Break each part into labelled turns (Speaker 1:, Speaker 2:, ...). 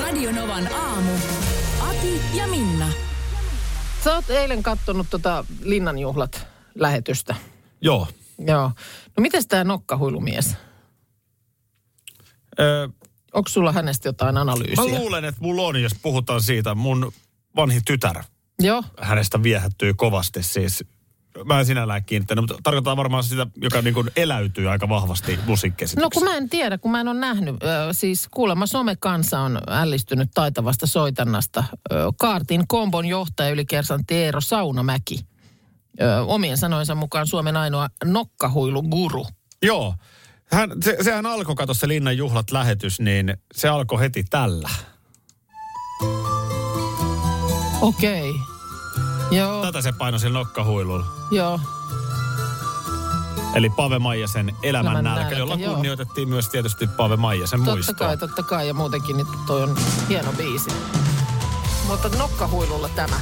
Speaker 1: Radionovan aamu. Ati ja Minna.
Speaker 2: Sä oot eilen kattonut tota Linnanjuhlat lähetystä.
Speaker 3: Joo.
Speaker 2: Joo. No mites tää nokkahuilumies?
Speaker 3: Öö,
Speaker 2: Onko sulla hänestä jotain analyysiä?
Speaker 3: mä luulen, että mulla on, jos puhutaan siitä, mun vanhi tytär,
Speaker 2: Joo.
Speaker 3: hänestä viehättyy kovasti siis. Mä en sinällään kiinnittänyt, mutta tarkoittaa varmaan sitä, joka niin kuin eläytyy aika vahvasti musiikkiesityksessä.
Speaker 2: No kun mä en tiedä, kun mä en ole nähnyt. Ö, siis kuulemma somekansa on ällistynyt taitavasta soitannasta. Ö, Kaartin kombon johtaja ylikersantti Eero Saunamäki. Ö, omien sanoinsa mukaan Suomen ainoa nokkahuiluguru.
Speaker 3: Joo. Hän, se, sehän alkoi, kato se Linnan juhlat lähetys, niin se alkoi heti tällä.
Speaker 2: Okei. Joo,
Speaker 3: Tätä se painoi sillä nokkahuilulla.
Speaker 2: joo.
Speaker 3: Eli Pave Maijasen elämän,
Speaker 2: Elämän
Speaker 3: elämän nälkä,
Speaker 2: nälkä,
Speaker 3: jolla
Speaker 2: joo.
Speaker 3: kunnioitettiin myös tietysti Pave Maijasen
Speaker 2: Totta
Speaker 3: muistoa.
Speaker 2: kai, totta kai. Ja muutenkin niin toi on hieno biisi. Mutta nokkahuilulla tämä.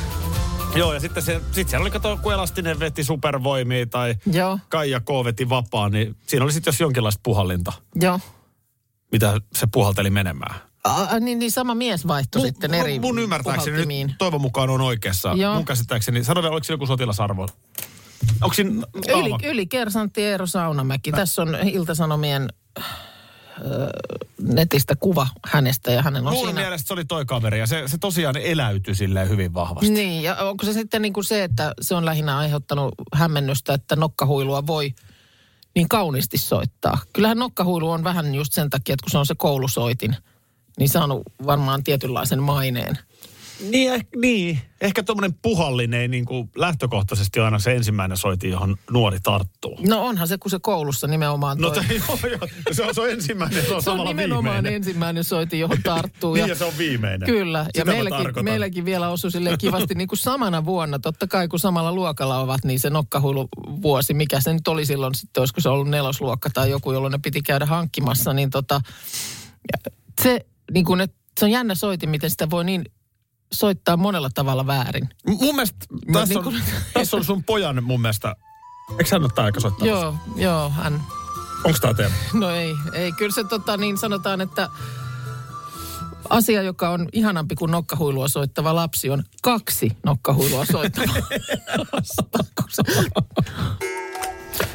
Speaker 3: Joo, ja sitten se, sit siellä oli, kato, kun Elastinen veti supervoimia tai
Speaker 2: Joo,
Speaker 3: Kaija K. veti vapaan, niin siinä oli sitten jos jonkinlaista puhallinta,
Speaker 2: joo.
Speaker 3: mitä se puhalteli menemään.
Speaker 2: Ah, niin, niin sama mies vaihtui sitten eri
Speaker 3: mun ymmärtääkseni
Speaker 2: puhaltimiin.
Speaker 3: nyt toivon mukaan on oikeassa.
Speaker 2: Joo.
Speaker 3: Mun käsittääkseni, sano vielä, oliko siinä joku sotilasarvo? Onko siinä
Speaker 2: Yli,
Speaker 3: naama?
Speaker 2: ylikersantti Eero Saunamäki. Tässä on Ilta-Sanomien äh, netistä kuva hänestä ja hänellä on
Speaker 3: Mun
Speaker 2: siinä...
Speaker 3: mielestä se oli toi kaveri ja se, se tosiaan eläytyi silleen hyvin vahvasti.
Speaker 2: Niin, ja onko se sitten niin kuin se, että se on lähinnä aiheuttanut hämmennystä, että nokkahuilua voi niin kauniisti soittaa? Kyllähän nokkahuilu on vähän just sen takia, että kun se on se koulusoitin, niin saanut varmaan tietynlaisen maineen.
Speaker 3: Niin, eh, niin. ehkä tuommoinen puhallinen ei niin kuin lähtökohtaisesti aina se ensimmäinen soiti, johon nuori tarttuu.
Speaker 2: No onhan se, kun se koulussa nimenomaan
Speaker 3: No
Speaker 2: toi.
Speaker 3: tai, joo, joo, se on, se on ensimmäinen, se on
Speaker 2: se on
Speaker 3: samalla
Speaker 2: nimenomaan
Speaker 3: viimeinen.
Speaker 2: ensimmäinen soitin, johon tarttuu.
Speaker 3: Niin ja se on viimeinen.
Speaker 2: Kyllä, ja
Speaker 3: Sitä mä
Speaker 2: meilläkin,
Speaker 3: tarkoitan.
Speaker 2: meilläkin vielä osui silleen kivasti niin kuin samana vuonna. Totta kai kun samalla luokalla ovat, niin se nokkahuiluvuosi, mikä se nyt oli silloin, sitten olisiko se ollut nelosluokka tai joku, jolloin ne piti käydä hankkimassa, niin tota, ja se, niin kuin, että se on jännä soitin, miten sitä voi niin soittaa monella tavalla väärin.
Speaker 3: Mun mielestä
Speaker 2: Mä
Speaker 3: tässä,
Speaker 2: niin
Speaker 3: on,
Speaker 2: kuin-
Speaker 3: tässä on sun pojan mun mielestä. Eikö hän ole tää aika soittaa?
Speaker 2: Joo, joo, hän,
Speaker 3: Onko tää teema?
Speaker 2: no ei, ei, kyllä se tota, niin sanotaan, että asia, joka on ihanampi kuin nokkahuilua soittava lapsi, on kaksi nokkahuilua soittavaa.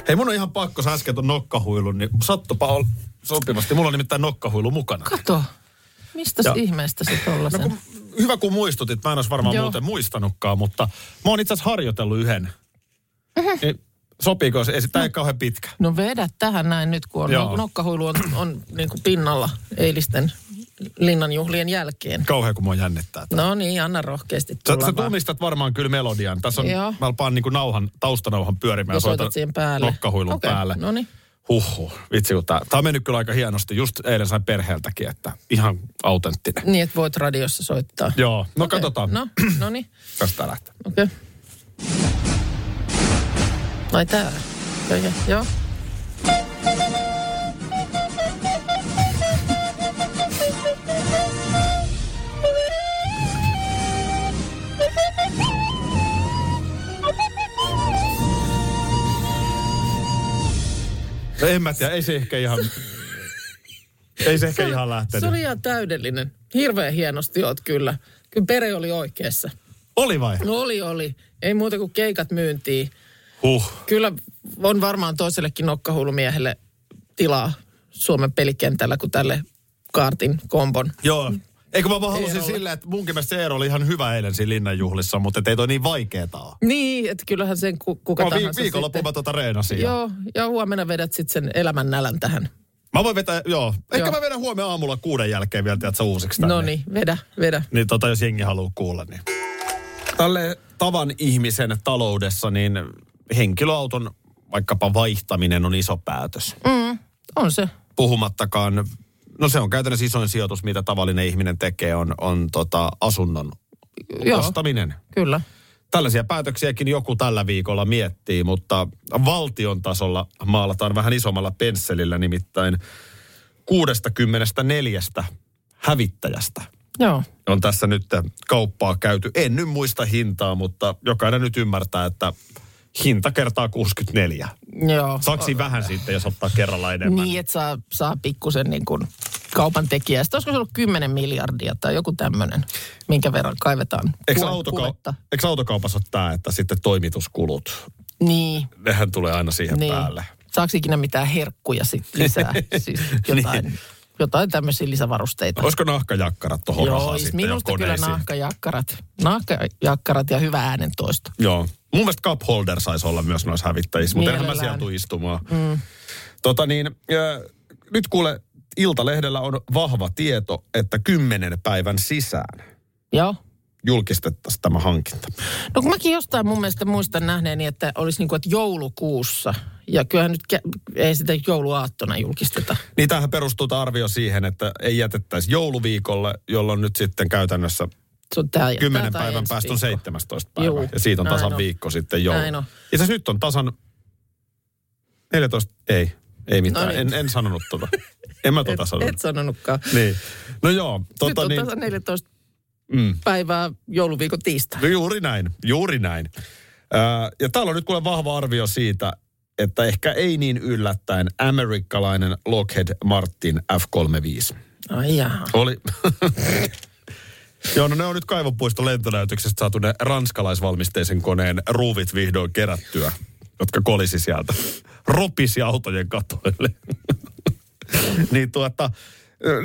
Speaker 3: Hei, mun on ihan pakko, sä äsken ton nokkahuilun, niin sattupa ol sopivasti. Mulla on nimittäin nokkahuilu mukana.
Speaker 2: Kato. Mistä
Speaker 3: Ja-
Speaker 2: ihmeestä se tollasen?
Speaker 3: No, kun, hyvä kun muistutit, mä en olisi varmaan
Speaker 2: Joo.
Speaker 3: Joo. muuten muistanutkaan, mutta mä oon itse asiassa harjoitellut yhden.
Speaker 2: Mhm.
Speaker 3: Niin, sopiiko se? Ei, tämä ei kauhean pitkä.
Speaker 2: no vedä tähän näin nyt, kun on
Speaker 3: Joo.
Speaker 2: no- nokkahuilu on, on niin kuin pinnalla eilisten linnanjuhlien jälkeen.
Speaker 3: Kauhean kun mua jännittää. tää.
Speaker 2: No niin, anna rohkeasti
Speaker 3: Sä,
Speaker 2: tulla
Speaker 3: sä
Speaker 2: vaan.
Speaker 3: tunnistat varmaan kyllä melodian. Tässä on,
Speaker 2: Joo.
Speaker 3: mä paan niinku nauhan, taustanauhan pyörimään.
Speaker 2: Ja
Speaker 3: ja
Speaker 2: soitat
Speaker 3: soitan
Speaker 2: siihen päälle.
Speaker 3: Nokkahuilun
Speaker 2: Okei,
Speaker 3: päälle.
Speaker 2: no niin.
Speaker 3: Huhhuh, vitsi kun tää, tää on mennyt kyllä aika hienosti. Just eilen sain perheeltäkin, että ihan autenttinen.
Speaker 2: Niin, että voit radiossa soittaa.
Speaker 3: Joo, no
Speaker 2: Okei.
Speaker 3: katsotaan.
Speaker 2: No, no niin,
Speaker 3: Tästä lähtee.
Speaker 2: okei. Okay. Ai tää. Okei, Joo.
Speaker 3: No en mä tiedä, ei se ehkä ihan... ei se ehkä
Speaker 2: oli-
Speaker 3: ihan lähtenyt.
Speaker 2: Se oli ihan täydellinen. Hirveän hienosti oot kyllä. Kyllä Pere oli oikeassa.
Speaker 3: Oli vai?
Speaker 2: No oli, oli. Ei muuta kuin keikat myyntiin.
Speaker 3: Huh.
Speaker 2: Kyllä on varmaan toisellekin nokkahuulumiehelle tilaa Suomen pelikentällä kuin tälle kaartin kombon.
Speaker 3: Joo. Eikö mä vaan halusin
Speaker 2: Eerolle.
Speaker 3: sillä, että munkin mielestä se Eero oli ihan hyvä eilen siinä linnanjuhlissa, mutta et ei toi niin vaikeeta ole.
Speaker 2: Niin, että kyllähän sen ku, kuka
Speaker 3: Mä vi-
Speaker 2: tahansa
Speaker 3: viikonloppu mä
Speaker 2: sitten.
Speaker 3: tota reenasin. ja-
Speaker 2: Joo, ja huomenna vedät sitten sen elämän nälän tähän.
Speaker 3: Mä voin vetää, joo. Ehkä
Speaker 2: Joo.
Speaker 3: mä vedän huomenna aamulla kuuden jälkeen vielä, tiedätkö, uusiksi tänne.
Speaker 2: No niin, vedä, vedä.
Speaker 3: Niin tota, jos jengi haluaa kuulla, niin. Tälle tavan ihmisen taloudessa, niin henkilöauton
Speaker 2: Mm.
Speaker 3: vaikkapa vaihtaminen on iso päätös.
Speaker 2: On se.
Speaker 3: Puhumattakaan No se on käytännössä isoin sijoitus, mitä tavallinen ihminen tekee, on, on tota, asunnon
Speaker 2: Joo.
Speaker 3: ostaminen.
Speaker 2: Kyllä.
Speaker 3: Tällaisia päätöksiäkin joku tällä viikolla miettii, mutta valtion tasolla maalataan vähän isommalla pensselillä nimittäin 64 hävittäjästä
Speaker 2: Joo.
Speaker 3: on tässä nyt kauppaa käyty. En nyt muista hintaa, mutta jokainen nyt ymmärtää, että hinta kertaa 64.
Speaker 2: Joo.
Speaker 3: Saksi vähän sitten, jos ottaa kerralla enemmän.
Speaker 2: Niin, että saa, saa pikkusen niin kuin kaupan tekijää. Sitten olisiko se ollut 10 miljardia tai joku tämmöinen, minkä verran kaivetaan
Speaker 3: Eikö,
Speaker 2: kuve-
Speaker 3: autokau-
Speaker 2: kuvetta.
Speaker 3: eikö autokaupassa ole tämä, että sitten toimituskulut,
Speaker 2: Niin,
Speaker 3: nehän tulee aina siihen
Speaker 2: niin.
Speaker 3: päälle.
Speaker 2: Saako ikinä mitään herkkuja sit lisää? siis jotain, niin. jotain tämmöisiä lisävarusteita.
Speaker 3: Olisiko nahkajakkarat tuohon
Speaker 2: Joo,
Speaker 3: rahaa
Speaker 2: siis
Speaker 3: sitten jo
Speaker 2: minusta kyllä
Speaker 3: koneisiin?
Speaker 2: nahkajakkarat. Nahkajakkarat ja hyvä äänentoisto.
Speaker 3: Joo. Mun mielestä cup holder saisi olla myös noissa hävittäjissä, mutta enhän mä
Speaker 2: Mielellään.
Speaker 3: siellä tuu istumaan. Mm. Tota niin, ö, nyt kuule, Iltalehdellä on vahva tieto, että kymmenen päivän sisään
Speaker 2: Joo.
Speaker 3: julkistettaisiin tämä hankinta.
Speaker 2: No kun mäkin jostain mun mielestä muistan nähneeni, että olisi niin kuin, että joulukuussa. Ja kyllähän nyt kä- ei sitä jouluaattona julkisteta.
Speaker 3: Niin tämähän perustuu tämä arvio siihen, että ei jätettäisi jouluviikolle, jolloin nyt sitten käytännössä
Speaker 2: Se on tää,
Speaker 3: kymmenen
Speaker 2: tää tai
Speaker 3: päivän
Speaker 2: ensi
Speaker 3: päästä on
Speaker 2: viikko.
Speaker 3: 17 päivä.
Speaker 2: Juu,
Speaker 3: ja siitä on
Speaker 2: näin
Speaker 3: tasan
Speaker 2: on.
Speaker 3: viikko sitten joulu.
Speaker 2: Näin on.
Speaker 3: Ja siis nyt on tasan 14, ei, ei mitään,
Speaker 2: No niin.
Speaker 3: en, en sanonut tota. En mä tota sanonut.
Speaker 2: Et, et sanonutkaan.
Speaker 3: Niin. No joo,
Speaker 2: Tota,
Speaker 3: tota
Speaker 2: Nyt on niin.
Speaker 3: niin,
Speaker 2: tasan 14
Speaker 3: Mm.
Speaker 2: päivää jouluviikon tiistai.
Speaker 3: no juuri näin, juuri näin. Ää, ja täällä on nyt kuule vahva arvio siitä, että ehkä ei niin yllättäen amerikkalainen Lockheed Martin F-35.
Speaker 2: Ai jaha.
Speaker 3: Oli. Joo, no ne on nyt kaivopuiston lentonäytöksestä saatu ne ranskalaisvalmisteisen koneen ruuvit vihdoin kerättyä, jotka kolisi sieltä. Ropisi autojen katoille. niin tuota,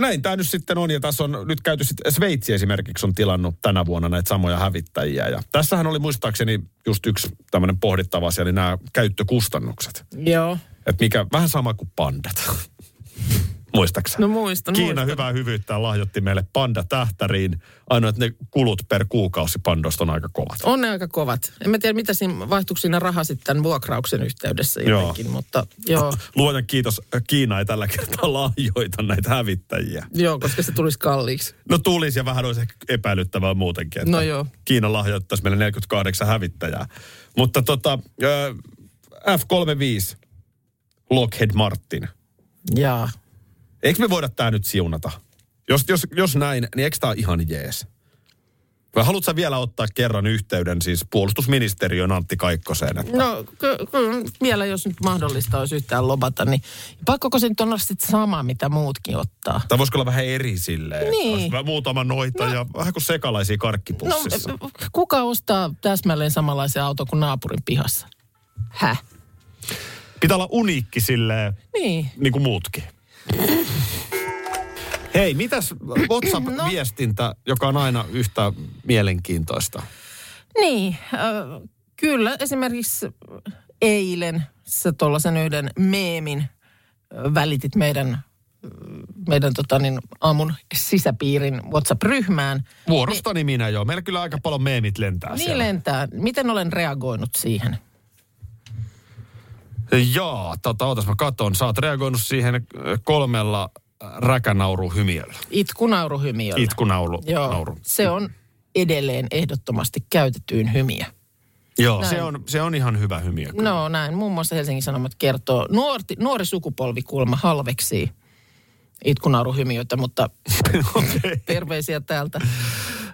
Speaker 3: näin tämä nyt sitten on. Ja tässä on nyt käyty sit, Sveitsi esimerkiksi on tilannut tänä vuonna näitä samoja hävittäjiä. Ja tässähän oli muistaakseni just yksi tämmöinen pohdittava asia, eli nämä käyttökustannukset.
Speaker 2: Joo.
Speaker 3: Että mikä, vähän sama kuin pandat. Muistaakseni?
Speaker 2: No muistan,
Speaker 3: Kiina
Speaker 2: muistan.
Speaker 3: hyvää hyvyyttään lahjoitti meille panda tähtäriin. Ainoa, että ne kulut per kuukausi pandosta on aika kovat.
Speaker 2: On ne aika kovat. En mä tiedä, mitä siinä vaihtuiko siinä raha sitten tämän vuokrauksen yhteydessä
Speaker 3: Joo.
Speaker 2: jotenkin, mutta joo.
Speaker 3: Luojan kiitos, äh, Kiina ei tällä kertaa lahjoita näitä hävittäjiä.
Speaker 2: Joo, koska se tulisi kalliiksi.
Speaker 3: No tulisi ja vähän olisi ehkä epäilyttävää muutenkin, että
Speaker 2: No joo.
Speaker 3: Kiina lahjoittaisi meille 48 hävittäjää. Mutta tota, äh, ö, F-35, Lockheed Martin.
Speaker 2: Jaa.
Speaker 3: Eikö me voida tämä nyt siunata? Jos, jos, jos näin, niin eikö tämä ihan jees? Vai haluatko sä vielä ottaa kerran yhteyden siis puolustusministeriön Antti Kaikkoseen? Että
Speaker 2: No ky- ky- vielä jos nyt mahdollista olisi yhtään lobata, niin pakkoko se nyt olla sitten sama, mitä muutkin ottaa?
Speaker 3: Tai voisiko olla vähän eri silleen?
Speaker 2: Niin.
Speaker 3: Olisi vähän muutama noita no. ja vähän kuin sekalaisia
Speaker 2: No
Speaker 3: karkkipussissa. No,
Speaker 2: kuka ostaa täsmälleen samanlaisen auton kuin naapurin pihassa? Häh?
Speaker 3: Pitää olla uniikki silleen,
Speaker 2: Niin.
Speaker 3: niin kuin muutkin. Hei, mitäs WhatsApp-viestintä, no. joka on aina yhtä mielenkiintoista?
Speaker 2: Niin, äh, kyllä esimerkiksi eilen sä tuollaisen yhden meemin äh, välitit meidän, äh, meidän tota niin, aamun sisäpiirin WhatsApp-ryhmään.
Speaker 3: Vuorostani niin. minä joo. Meillä kyllä aika paljon meemit lentää
Speaker 2: Niin
Speaker 3: siellä.
Speaker 2: lentää. Miten olen reagoinut siihen?
Speaker 3: Jaa, tota, ootas mä katon. Sä oot reagoinut siihen äh, kolmella äh, räkänauruhymiöllä.
Speaker 2: Itkunauru hymiöllä.
Speaker 3: Itkunaulu.
Speaker 2: Joo,
Speaker 3: nauru.
Speaker 2: se on edelleen ehdottomasti käytetyin hymiä.
Speaker 3: Joo.
Speaker 2: Näin.
Speaker 3: Se on, se on ihan hyvä hymiö. kyllä.
Speaker 2: No näin, muun muassa Helsingin Sanomat kertoo, nuorti, nuori sukupolvi kuulemma halveksii itkunauruhymiötä, mutta terveisiä täältä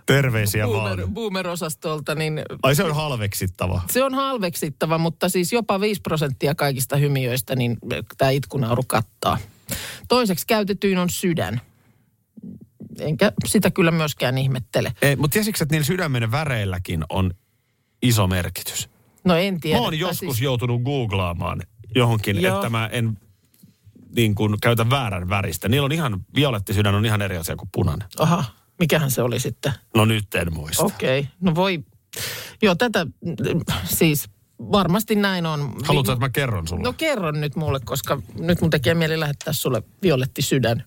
Speaker 3: Terveisiä
Speaker 2: boomer,
Speaker 3: vaan.
Speaker 2: boomer-osastolta, niin
Speaker 3: Ai se on halveksittava.
Speaker 2: se on halveksittava, mutta siis jopa 5 prosenttia kaikista hymiöistä, niin tämä itkunauru kattaa. Toiseksi käytetyin on sydän. Enkä sitä kyllä myöskään ihmettele.
Speaker 3: Ei, mutta E, tiesitkö, että niillä sydämen väreilläkin on iso merkitys?
Speaker 2: No en
Speaker 3: Mä
Speaker 2: tiedä.
Speaker 3: oon
Speaker 2: tai
Speaker 3: joskus
Speaker 2: siis-
Speaker 3: siis... joutunut googlaamaan johonkin, Joo.
Speaker 2: Joo.
Speaker 3: että mä en niin kuin, käytä väärän väristä. Niillä on ihan, violetti sydän on ihan eri asia kuin punainen.
Speaker 2: Aha, mikähän se oli sitten?
Speaker 3: No nyt en muista. Okay.
Speaker 2: Okei, okay. no voi. Joo, tätä mm, siis varmasti näin on.
Speaker 3: Haluatko, että mä kerron sulle?
Speaker 2: No kerro nyt mulle, koska nyt mun tekee mieli lähettää sulle violetti sydän.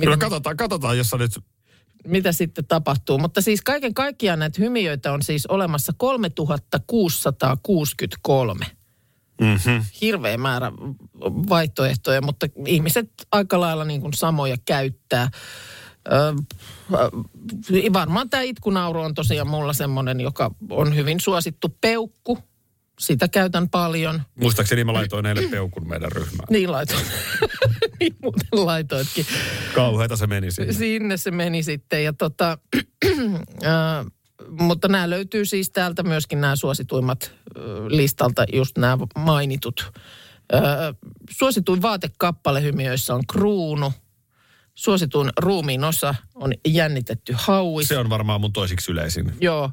Speaker 3: Kyllä
Speaker 2: Mitä,
Speaker 3: katsotaan, katsotaan, jos sä nyt
Speaker 2: mitä sitten tapahtuu. Mutta siis kaiken kaikkiaan näitä hymiöitä on siis olemassa 3663.
Speaker 3: Mm-hmm.
Speaker 2: hirveä määrä vaihtoehtoja, mutta ihmiset aika lailla niin kuin samoja käyttää. Ö, ö, varmaan tämä itkunauru on tosiaan mulla semmoinen, joka on hyvin suosittu peukku. Sitä käytän paljon.
Speaker 3: Muistaakseni mä laitoin heille peukun meidän ryhmään.
Speaker 2: Niin laitoin. niin muuten laitoitkin.
Speaker 3: Kauheeta se meni siinä.
Speaker 2: Sinne se meni sitten. Ja tota, äh, mutta nämä löytyy siis täältä myöskin nämä suosituimmat äh, listalta, just nämä mainitut. Äh, suosituin vaatekappale hymiöissä on kruunu. Suosituin ruumiin osa on jännitetty hauis.
Speaker 3: Se on varmaan mun toisiksi yleisin.
Speaker 2: Joo.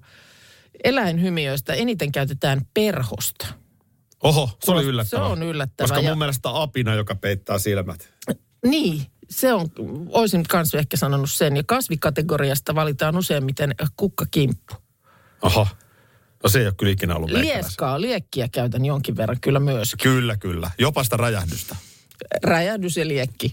Speaker 2: Eläinhymiöistä eniten käytetään perhosta.
Speaker 3: Oho, se oli
Speaker 2: Se
Speaker 3: yllättävää.
Speaker 2: on yllättävää
Speaker 3: Koska
Speaker 2: ja-
Speaker 3: mun mielestä apina, joka peittää silmät.
Speaker 2: Niin, se on, olisin kans ehkä sanonut sen. Ja kasvikategoriasta valitaan useimmiten kukkakimppu.
Speaker 3: Aha. No se ei ole kyllä ikinä ollut meikäläisen.
Speaker 2: Lieskaa, liekkiä käytän jonkin verran kyllä myös.
Speaker 3: Kyllä, kyllä. Jopa sitä räjähdystä.
Speaker 2: Räjähdys ja liekki.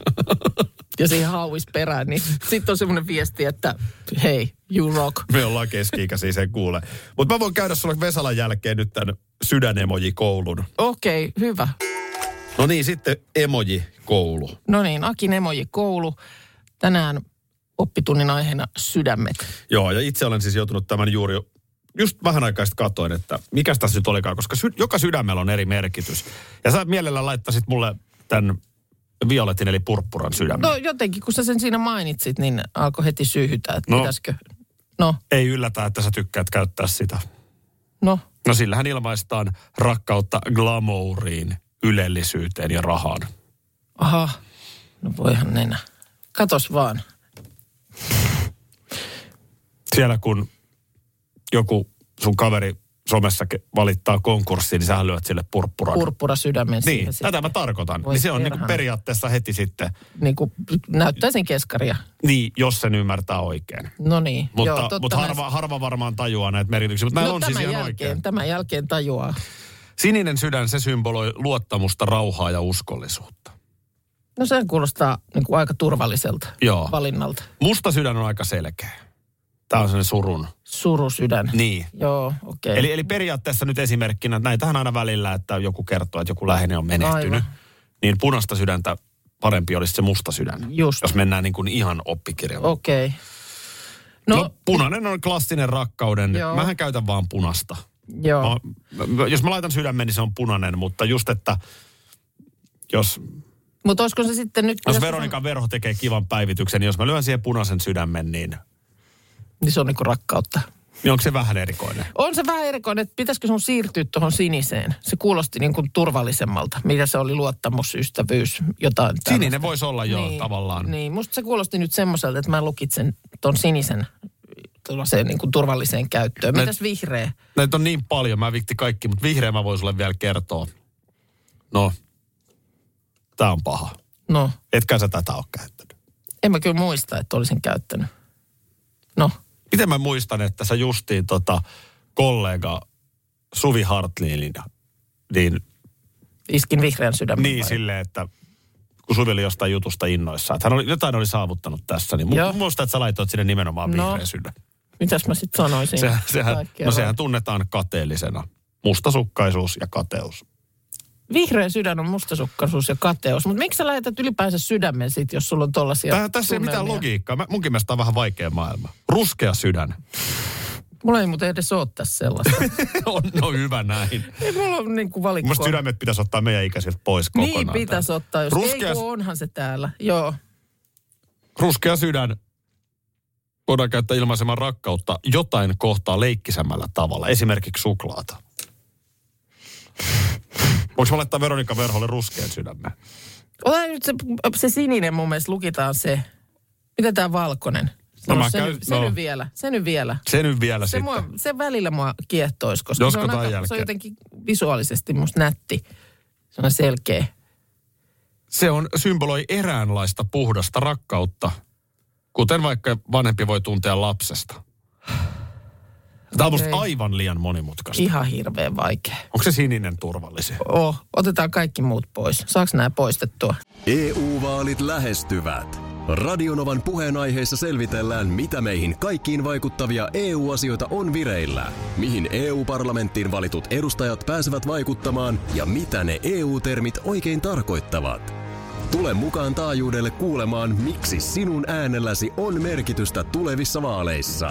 Speaker 2: ja siihen hauis perään, niin sitten on semmoinen viesti, että hei, you rock.
Speaker 3: Me ollaan keski-ikäisiä, sen kuule. Mutta mä voin käydä sulle Vesalan jälkeen nyt tämän sydänemojikoulun.
Speaker 2: Okei, okay, hyvä.
Speaker 3: No niin, sitten emojikoulu.
Speaker 2: No niin, Akin emoji koulu. Tänään oppitunnin aiheena sydämet.
Speaker 3: Joo, ja itse olen siis joutunut tämän juuri just vähän aikaa sitten katoin, että mikä tässä nyt olikaan, koska sy- joka sydämellä on eri merkitys. Ja sä mielellään laittaisit mulle tämän violetin eli purppuran sydämen.
Speaker 2: No jotenkin, kun sä sen siinä mainitsit, niin alkoi heti syyhytä, että no.
Speaker 3: No.
Speaker 2: pitäisikö. No,
Speaker 3: Ei yllätä, että sä tykkäät käyttää sitä.
Speaker 2: no,
Speaker 3: No sillähän ilmaistaan rakkautta glamouriin, ylellisyyteen ja rahaan.
Speaker 2: aha. No voihan nenä. Katos vaan.
Speaker 3: Siellä kun joku sun kaveri somessa ke- valittaa konkurssiin, niin sähän lyöt sille purppuran.
Speaker 2: Purppura sydämen
Speaker 3: niin,
Speaker 2: siihen
Speaker 3: tätä
Speaker 2: sitten.
Speaker 3: mä tarkoitan.
Speaker 2: Voi
Speaker 3: niin se on
Speaker 2: perhana.
Speaker 3: niinku periaatteessa heti sitten,
Speaker 2: Niin kuin näyttää sen keskaria.
Speaker 3: niin, jos sen ymmärtää oikein.
Speaker 2: No niin,
Speaker 3: Mutta,
Speaker 2: joo, totta
Speaker 3: mutta
Speaker 2: näin-
Speaker 3: harva, harva varmaan tajuaa näitä merkityksiä, mutta näillä
Speaker 2: no,
Speaker 3: on siis
Speaker 2: tämän
Speaker 3: ihan
Speaker 2: jälkeen,
Speaker 3: oikein.
Speaker 2: tämän jälkeen tajuaa.
Speaker 3: Sininen sydän, se symboloi luottamusta, rauhaa ja uskollisuutta.
Speaker 2: No se kuulostaa niin kuin aika turvalliselta
Speaker 3: Joo.
Speaker 2: valinnalta.
Speaker 3: Musta sydän on aika selkeä. Tämä on sellainen surun.
Speaker 2: Surusydän.
Speaker 3: Niin.
Speaker 2: Joo, okei.
Speaker 3: Eli, eli periaatteessa nyt esimerkkinä, että näitähän aina välillä, että joku kertoo, että joku läheinen on menehtynyt.
Speaker 2: Aivan.
Speaker 3: Aivan. Niin punaista sydäntä parempi olisi se musta sydän.
Speaker 2: Just.
Speaker 3: Jos mennään niin kuin ihan oppikirjalla. Oh.
Speaker 2: Okei. No,
Speaker 3: No, no punainen on klassinen rakkauden.
Speaker 2: Joo.
Speaker 3: Joo. Mähän käytän vaan punasta.
Speaker 2: joo.
Speaker 3: Mä, mä- jos mä laitan sydämen, niin se on punainen, mutta just että jos,
Speaker 2: Mutta olisiko se sitten nyt...
Speaker 3: jos
Speaker 2: jos-
Speaker 3: Veronikan verho tekee kivan päivityksen, niin jos mä lyön siihen punaisen sydämen, niin,
Speaker 2: Niin se on niinku rakkautta.
Speaker 3: niin onko se vähän erikoinen?
Speaker 2: On se vähän erikoinen, että pitäisikö sun siirtyä tuohon siniseen. Se kuulosti niin kuin turvallisemmalta, mitä se oli luottamus, ystävyys, jotain tällaista.
Speaker 3: Sininen voisi olla jo niin, tavallaan. Niin.
Speaker 2: Niin, musta se kuulosti nyt semmoiselta, että mä lukitsen ton sinisen tuollaiseen niin kuin turvalliseen käyttöön.
Speaker 3: Ne-
Speaker 2: Mitäs vihreä?
Speaker 3: Näitä on niin paljon, mä vikti kaikki, mutta vihreä mä voin sulle vielä kertoa. No, tää on paha.
Speaker 2: No,
Speaker 3: Etkä sä tätä ole käyttänyt.
Speaker 2: en mä kyllä muista, että olisin käyttänyt. No,
Speaker 3: Miten mä muistan, että sä justiin tota, kollega Suvi Hartlinin, niin
Speaker 2: iskin vihreän sydämen.
Speaker 3: Niin,
Speaker 2: vai?
Speaker 3: silleen, että kun Suvi oli jostain jutusta innoissaan, että hän oli, jotain oli saavuttanut tässä, niin
Speaker 2: Joo.
Speaker 3: mu- muista, että sä laitoit sinne nimenomaan
Speaker 2: No.
Speaker 3: vihreän sydän.
Speaker 2: Mitäs mä sitten sanoisin?
Speaker 3: Sehän, sehän,
Speaker 2: Kaikkea
Speaker 3: no
Speaker 2: vaan.
Speaker 3: sehän tunnetaan kateellisena. Mustasukkaisuus ja kateus.
Speaker 2: Vihreä sydän on mustasukkaisuus ja kateus. Mutta miksi sä lähetät ylipäänsä sydämen sit, jos sulla on tollasia
Speaker 3: Tää, tässä ei mitään
Speaker 2: tunnelmia?
Speaker 3: logiikkaa. Mä, munkin mielestä tää on vähän vaikea maailma. Ruskea sydän.
Speaker 2: Mulla ei muuten edes ole tässä sellaista.
Speaker 3: on no hyvä näin.
Speaker 2: ei mulla ole niin kuin
Speaker 3: Mun
Speaker 2: valikkoa.
Speaker 3: sydämet pitäisi ottaa meidän ikäisiltä pois kokonaan.
Speaker 2: Niin pitäisi
Speaker 3: täältä.
Speaker 2: ottaa, jos
Speaker 3: Ruskea-
Speaker 2: ei kun onhan se täällä. Joo.
Speaker 3: Ruskea sydän. Voidaan käyttää ilmaisemaan rakkautta jotain kohtaa leikkisemmällä tavalla. Esimerkiksi suklaata. Voinko mä laittaa Veronika Verholle ruskean sydämen?
Speaker 2: Ota nyt se, se sininen mun mielestä, lukitaan se. Mitä tää valkoinen?
Speaker 3: No
Speaker 2: Sano
Speaker 3: mä
Speaker 2: se,
Speaker 3: käyn-
Speaker 2: nyt, se
Speaker 3: no.
Speaker 2: nyt vielä, se nyt vielä.
Speaker 3: Se nyt vielä
Speaker 2: Se,
Speaker 3: sitten.
Speaker 2: mua, se välillä mua kiehtois, koska
Speaker 3: Josko
Speaker 2: se, on
Speaker 3: tämän
Speaker 2: aika, se on
Speaker 3: jälkeen?
Speaker 2: jotenkin visuaalisesti musta nätti. Se on selkeä.
Speaker 3: Se on symboloi eräänlaista puhdasta rakkautta, kuten vaikka vanhempi voi tuntea lapsesta. Tämä on musta
Speaker 2: Okei.
Speaker 3: aivan liian monimutkaista.
Speaker 2: Ihan hirveän vaikea.
Speaker 3: Onko se sininen turvallisin?
Speaker 2: Oh, otetaan kaikki muut pois. Saaks nämä poistettua?
Speaker 4: EU-vaalit E lähestyvät. Radionovan puheenaiheessa selvitellään, mitä meihin kaikkiin vaikuttavia EU-asioita on vireillä, mihin EU-parlamenttiin valitut edustajat pääsevät vaikuttamaan ja mitä ne EU-termit oikein tarkoittavat. Tule mukaan taajuudelle kuulemaan, miksi sinun äänelläsi on merkitystä tulevissa vaaleissa.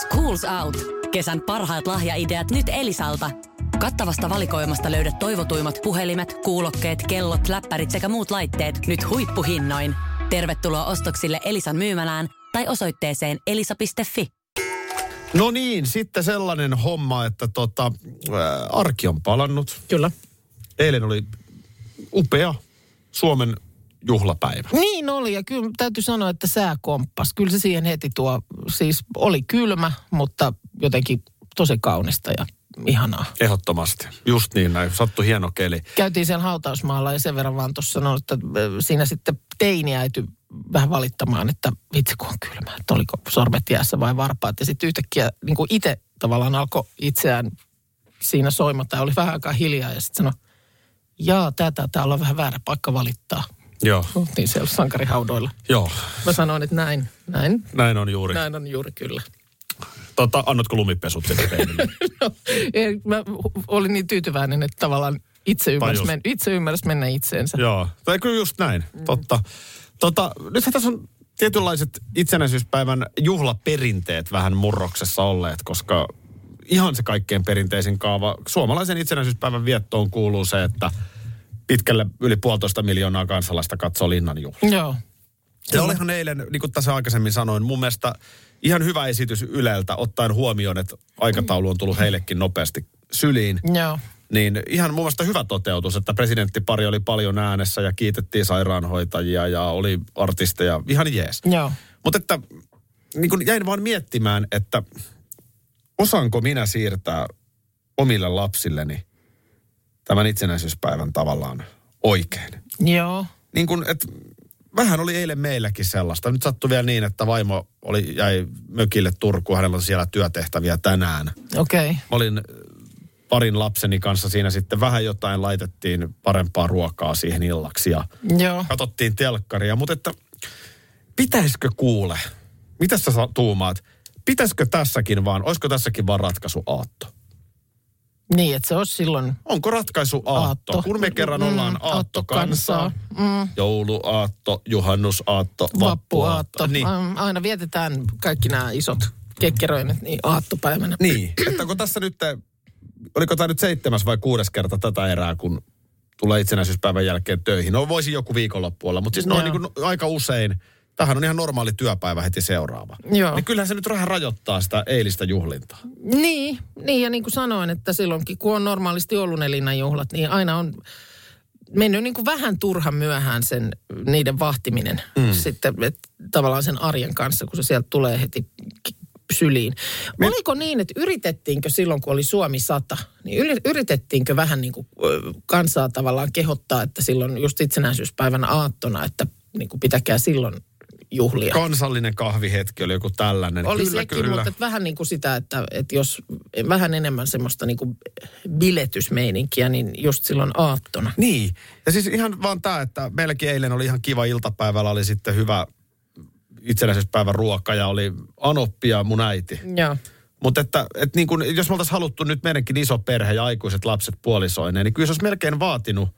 Speaker 5: Schools Out. Kesän parhaat lahjaideat nyt Elisalta. Kattavasta valikoimasta löydät toivotuimmat puhelimet, kuulokkeet, kellot, läppärit sekä muut laitteet nyt huippuhinnoin. Tervetuloa ostoksille Elisan myymälään tai osoitteeseen elisa.fi.
Speaker 3: No niin, sitten sellainen homma, että tota, ää, arki on palannut.
Speaker 2: Kyllä.
Speaker 3: Eilen oli upea Suomen juhlapäivä.
Speaker 2: Niin oli, ja kyllä täytyy sanoa, että sää komppas. Kyllä se siihen heti tuo, siis oli kylmä, mutta jotenkin tosi kaunista ja ihanaa.
Speaker 3: Ehdottomasti. Just niin näin. Sattui hieno keli.
Speaker 2: Käytiin siellä hautausmaalla ja sen verran vaan tuossa sanoin, että ö, siinä sitten teini äity vähän valittamaan, että vitsi kun on kylmä, että oliko sormet jäässä vai varpaat. Ja sitten yhtäkkiä niin kuin itse tavallaan alkoi itseään siinä soimata ja oli vähän aikaa hiljaa ja sitten sanoi, jaa, tää tää olla vähän väärä paikka valittaa.
Speaker 3: Joo.
Speaker 2: Oltiin siellä sankarihaudoilla.
Speaker 3: Joo.
Speaker 2: Mä sanoin, että näin, näin,
Speaker 3: Näin on juuri. Näin.
Speaker 2: näin on juuri kyllä.
Speaker 3: Tota, annatko lumipesut sitten peilille?
Speaker 2: No, ei, mä hu- olin niin tyytyväinen, että tavallaan itse ymmärsi,
Speaker 3: Tajus.
Speaker 2: men, itse ymmärsi mennä itseensä.
Speaker 3: Joo, tai kyllä just näin, totta. Tota, nythän tässä on tietynlaiset itsenäisyyspäivän juhlaperinteet vähän murroksessa olleet, koska ihan se kaikkein perinteisin kaava. Suomalaisen itsenäisyyspäivän viettoon kuuluu se, että pitkälle yli puolitoista miljoonaa kansalaista katsoo linnan juhlia.
Speaker 2: Joo.
Speaker 3: Ja olihan eilen, niin kuin tässä aikaisemmin sanoin, mun mielestä ihan hyvä esitys Yleltä, ottaen huomioon, että aikataulu on tullut heillekin nopeasti syliin
Speaker 2: Joo.
Speaker 3: niin ihan mun mielestä hyvä toteutus, että presidenttipari oli paljon äänessä ja kiitettiin sairaanhoitajia ja oli artisteja, ihan jees.
Speaker 2: Joo.
Speaker 3: Mutta että niin kun jäin vaan miettimään, että osaanko minä siirtää omille lapsilleni tämän itsenäisyyspäivän tavallaan oikein.
Speaker 2: Joo.
Speaker 3: Niin kun, et, vähän oli eilen meilläkin sellaista. Nyt sattui vielä niin, että vaimo oli, jäi mökille Turkuun, hänellä on siellä työtehtäviä tänään
Speaker 2: Okei. Okay.
Speaker 3: mä olin äh, parin lapseni kanssa siinä sitten vähän jotain laitettiin parempaa ruokaa siihen illaksi ja
Speaker 2: Joo.
Speaker 3: katsottiin telkkaria. Mutta että pitäisikö kuule, mitä sä sa- tuumaat, pitäisikö tässäkin vaan, olisiko tässäkin vaan ratkaisu aatto?
Speaker 2: Niin, että se olisi silloin...
Speaker 3: Onko ratkaisu aatto?
Speaker 2: Aatto.
Speaker 3: aatto. Kun me kerran
Speaker 2: Mm,
Speaker 3: ollaan
Speaker 2: aatto
Speaker 3: aattokansaa.
Speaker 2: kansaa.
Speaker 3: Mm. Jouluaatto, juhannusaatto,
Speaker 2: Vappuaatto. Mm.
Speaker 3: vappuaatto. Niin.
Speaker 2: Am- Aina vietetään kaikki nämä isot kekkeroinnit niin aattopäivänä.
Speaker 3: Niin, että kun tässä nyt, oliko tämä nyt seitsemäs vai kuudes kerta tätä erää, kun tulee itsenäisyyspäivän jälkeen töihin. No voisi joku viikonloppu olla, mutta siis noin
Speaker 2: Joo.
Speaker 3: niin kuin aika usein. Tähän on ihan normaali työpäivä heti seuraava.
Speaker 2: Joo.
Speaker 3: Niin kyllähän se nyt vähän rajoittaa sitä eilistä juhlintaa.
Speaker 2: Niin, niin, ja niin kuin sanoin, että silloinkin kun on normaalisti ollut ne linnanjuhlat, niin aina on mennyt niin kuin vähän turhan myöhään sen, niiden vahtiminen mm. sitten et, tavallaan sen arjen kanssa, kun se sieltä tulee heti k- syliin. Me... Oliko niin, että yritettiinkö silloin, kun oli Suomi 100, niin yli- yritettiinkö vähän niin kuin ö, kansaa tavallaan kehottaa, että silloin just itsenäisyyspäivän aattona, että niin kuin pitäkää silloin juhlia?
Speaker 3: Kansallinen kahvihetki oli joku tällainen.
Speaker 2: Oli
Speaker 3: kyllä,
Speaker 2: sekin,
Speaker 3: kyllä.
Speaker 2: mutta et vähän niin kuin sitä, että, että jos vähän enemmän semmoista niin kuin biletysmeininkiä, niin just silloin aattona.
Speaker 3: Niin. Ja siis ihan vaan tämä, että meilläkin eilen oli ihan kiva iltapäivällä, oli sitten hyvä itsenäisyyspäivän ruoka ja oli Anoppi ja mun äiti.
Speaker 2: Joo.
Speaker 3: Mutta että, että niin kun, jos me oltaisiin haluttu nyt meidänkin iso perhe ja aikuiset lapset puolisoineen, niin kyllä se olisi melkein vaatinut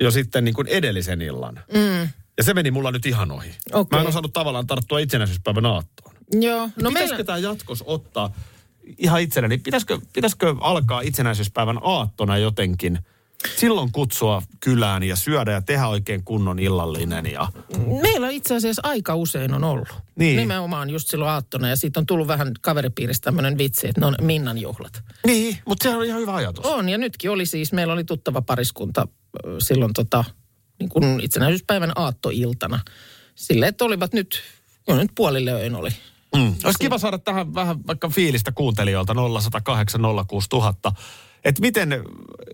Speaker 3: jo sitten niin kuin edellisen illan. Mm. Ja se meni mulla nyt ihan ohi.
Speaker 2: Okei.
Speaker 3: Mä en osannut tavallaan tarttua itsenäisyyspäivän aattoon.
Speaker 2: Joo.
Speaker 3: No
Speaker 2: No
Speaker 3: pitäisikö
Speaker 2: meillä,
Speaker 3: tämä jatkossa ottaa ihan itselleni, pitäisikö, pitäisikö alkaa itsenäisyyspäivän aattona jotenkin silloin kutsua kylään ja syödä ja tehdä oikein kunnon illallinen ja...
Speaker 2: meillä itse asiassa aika usein on ollut.
Speaker 3: Niin.
Speaker 2: Nimenomaan just silloin aattona ja siitä on tullut vähän kaveripiiristä tämmöinen vitsi, että ne on Minnan juhlat.
Speaker 3: Niin, mutta sehän on ihan hyvä ajatus.
Speaker 2: On ja nytkin oli siis, meillä oli tuttava pariskunta ö, silloin tota, niin kuin itsenäisyyspäivän aattoiltana. Silleen, että olivat nyt Joo, nyt puolille öin oli.
Speaker 3: Mm. Olisi kiva saada tähän vähän vaikka fiilistä kuuntelijoilta 0806000, että miten,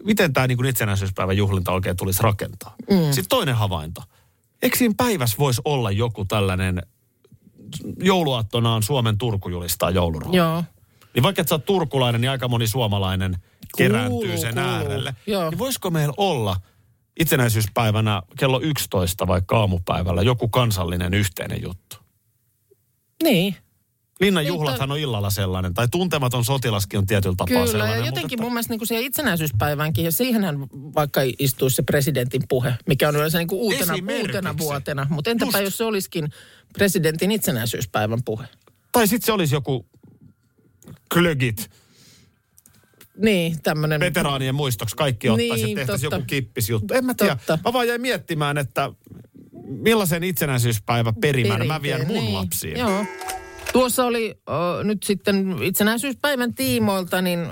Speaker 3: miten tämä niin itsenäisyyspäivän juhlinta oikein tulisi rakentaa. Mm. Sitten toinen havainto. Eikö siinä päivässä voisi olla joku tällainen jouluaattonaan Suomen Turku julistaa joulurahaa?
Speaker 2: Joo.
Speaker 3: Niin vaikka et sä oot turkulainen, niin aika moni suomalainen kerääntyy sen
Speaker 2: kuuluu.
Speaker 3: äärelle.
Speaker 2: Joo.
Speaker 3: Niin voisiko meillä olla itsenäisyyspäivänä kello 11 vai aamupäivällä joku kansallinen yhteinen juttu?
Speaker 2: Niin.
Speaker 3: Linnan
Speaker 2: Niin,
Speaker 3: juhlathan
Speaker 2: toi-
Speaker 3: on illalla sellainen, tai tuntematon sotilaskin on tietyllä tapaa
Speaker 2: Kyllä, ja
Speaker 3: sellainen. mutta
Speaker 2: jotenkin
Speaker 3: että-
Speaker 2: mun mielestä niin kuin siihen itsenäisyyspäiväänkin, ja siihenhän vaikka istuisi se presidentin puhe, mikä on yleensä niin kuin uutena,
Speaker 3: Esimerkiksi.
Speaker 2: uutena vuotena. Mutta entäpä
Speaker 3: Just.
Speaker 2: jos se olisikin presidentin itsenäisyyspäivän puhe?
Speaker 3: Tai sitten se olisi joku klögit
Speaker 2: Niin, tämmöinen...
Speaker 3: veteraanien muistoksi, kaikki ottaisi,
Speaker 2: Niin,
Speaker 3: niin, tehtäisiin
Speaker 2: totta.
Speaker 3: joku kippisjuttu. En mä tiedä,
Speaker 2: Totta.
Speaker 3: mä vaan jäin miettimään, että millaisen itsenäisyyspäivä perimän mä vien mun
Speaker 2: niin.
Speaker 3: lapsiin.
Speaker 2: Joo. Tuossa oli ö, nyt sitten itsenäisyyspäivän tiimoilta, niin ö,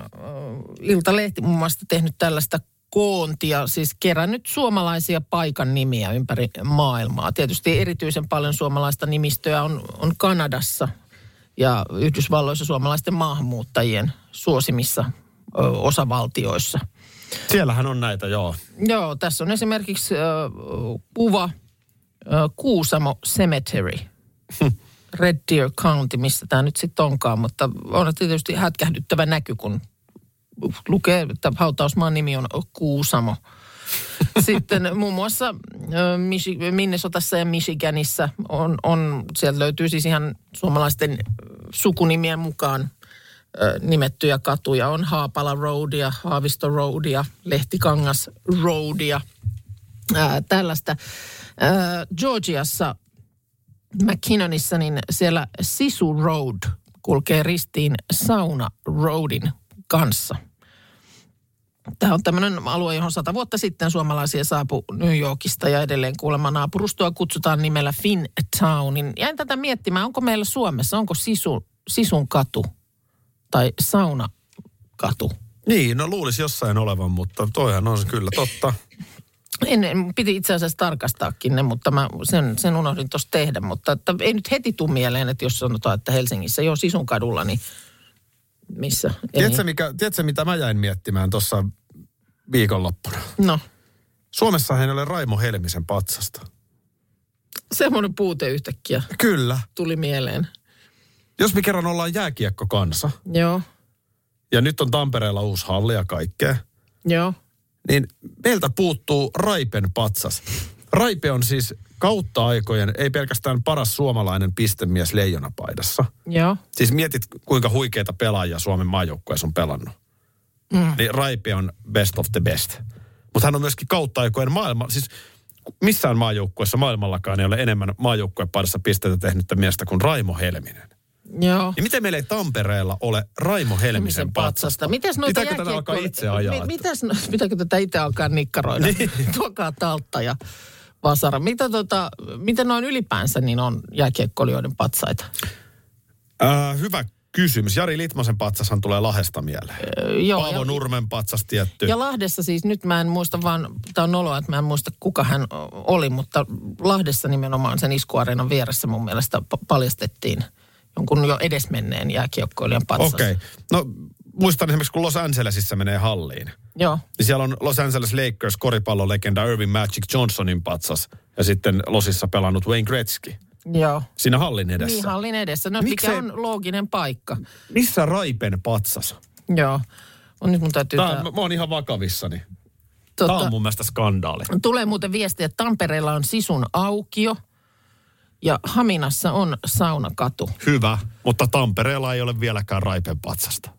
Speaker 2: Iltalehti muun muassa tehnyt tällaista koontia, siis kerännyt suomalaisia paikan nimiä ympäri maailmaa. Tietysti erityisen paljon suomalaista nimistöä on, on Kanadassa ja Yhdysvalloissa suomalaisten maahanmuuttajien suosimissa ö, osavaltioissa.
Speaker 3: Siellähän on näitä, joo.
Speaker 2: Joo, tässä on esimerkiksi ö, kuva ö, Kuusamo Cemetery. Red Deer County, missä tämä nyt sitten onkaan, mutta on tietysti hätkähdyttävä näky, kun lukee, että hautausmaan nimi on Kuusamo. Sitten muun muassa ö, Michi- Minnesotassa ja Michiganissa on, on, sieltä löytyy siis ihan suomalaisten ö, sukunimien mukaan ö, nimettyjä katuja. On Haapala Roadia, Haavisto Roadia, Lehtikangas Roadia, ää, tällaista. Ää, Georgiassa McKinnonissa, niin siellä Sisu Road kulkee ristiin Sauna Roadin kanssa. Tämä on tämmöinen alue, johon sata vuotta sitten suomalaisia saapui New Yorkista ja edelleen kuulemma naapurustoa kutsutaan nimellä Finn Townin. Jäin tätä miettimään, onko meillä Suomessa, onko Sisu, Sisun katu tai Sauna katu?
Speaker 3: Niin, no luulisi jossain olevan, mutta toihan on se kyllä totta.
Speaker 2: En, en- piti itse asiassa tarkastaakin ne, mutta mä sen, sen unohdin tuossa tehdä. Mutta että ei nyt heti tule mieleen, että jos sanotaan, että Helsingissä jo Sisun kadulla, niin missä? Ei.
Speaker 3: Tiedätkö, mikä, tiedätkö, mitä mä jäin miettimään tuossa viikonloppuna?
Speaker 2: No,
Speaker 3: Suomessa ei ole Raimo Helmisen patsasta.
Speaker 2: semmoinen puute yhtäkkiä
Speaker 3: Kyllä.
Speaker 2: tuli mieleen.
Speaker 3: Jos me kerran ollaan jääkiekkokansa,
Speaker 2: Joo,
Speaker 3: ja nyt on Tampereella uusi halli ja kaikkea,
Speaker 2: joo.
Speaker 3: niin meiltä puuttuu Raipen patsas. Raipe on siis kautta aikojen, ei pelkästään paras suomalainen pistemies leijonapaidassa.
Speaker 2: Joo.
Speaker 3: Siis mietit, kuinka huikeita pelaajia Suomen maajoukkueessa on pelannut. Mm. Niin Raipe on best of the best. Mutta hän on myöskin kautta aikojen maailma, siis missään maajoukkueessa maailmallakaan ei ole enemmän maajoukkuepaidassa pisteitä tehnyttä miestä kuin Raimo Helminen.
Speaker 2: Joo.
Speaker 3: Niin miten meillä ei Tampereella ole Raimo Helmisen patsasta?
Speaker 2: Mites noita
Speaker 3: Pitääkö tätä alkaa
Speaker 2: jääkiekkoilijoita-
Speaker 3: itse ajaa?
Speaker 2: Mi-
Speaker 3: että- Niin.
Speaker 2: mitäs, no- pitääkö tätä itse alkaa nikkaroida? Tuokaa taltta ja vasara. Mitä, tota, mitä noin ylipäänsä niin on jääkiekkoilijoiden patsaita?
Speaker 3: Äh, hyvä kysymys. Jari Litmasen patsashan tulee Lahesta mieleen.
Speaker 2: Öö, Joo,
Speaker 3: Paavo
Speaker 2: ja-
Speaker 3: Nurmen patsas tietty.
Speaker 2: Ja Lahdessa siis, nyt mä en muista vaan, tämä on noloa, että mä en muista kuka hän oli, mutta Lahdessa nimenomaan sen iskuareenan vieressä mun mielestä pa- paljastettiin jonkun jo edesmenneen jääkiekkoilijan patsas.
Speaker 3: Okei. Okay. No muistan esimerkiksi, kun Los Angelesissa menee halliin.
Speaker 2: Joo,
Speaker 3: Niin siellä on Los Angeles Lakers koripallolegenda Irving Magic Johnsonin patsas. Ja sitten Losissa pelannut Wayne Gretzky.
Speaker 2: joo.
Speaker 3: Siinä hallin edessä.
Speaker 2: Niin hallin edessä, no
Speaker 3: Miksei-
Speaker 2: mikä on looginen paikka.
Speaker 3: Missä Raipen patsas?
Speaker 2: Joo. On nyt mun täytyy...
Speaker 3: Tää,
Speaker 2: tää-
Speaker 3: mä, mä oon ihan vakavissani. Tota... Tämä
Speaker 2: tota-
Speaker 3: on mun mielestä skandaali.
Speaker 2: Tulee muuten viestiä, että Tampereella on Sisun aukio ja Haminassa on saunakatu.
Speaker 3: Hyvä, mutta Tampereella ei ole vieläkään Raipen patsasta.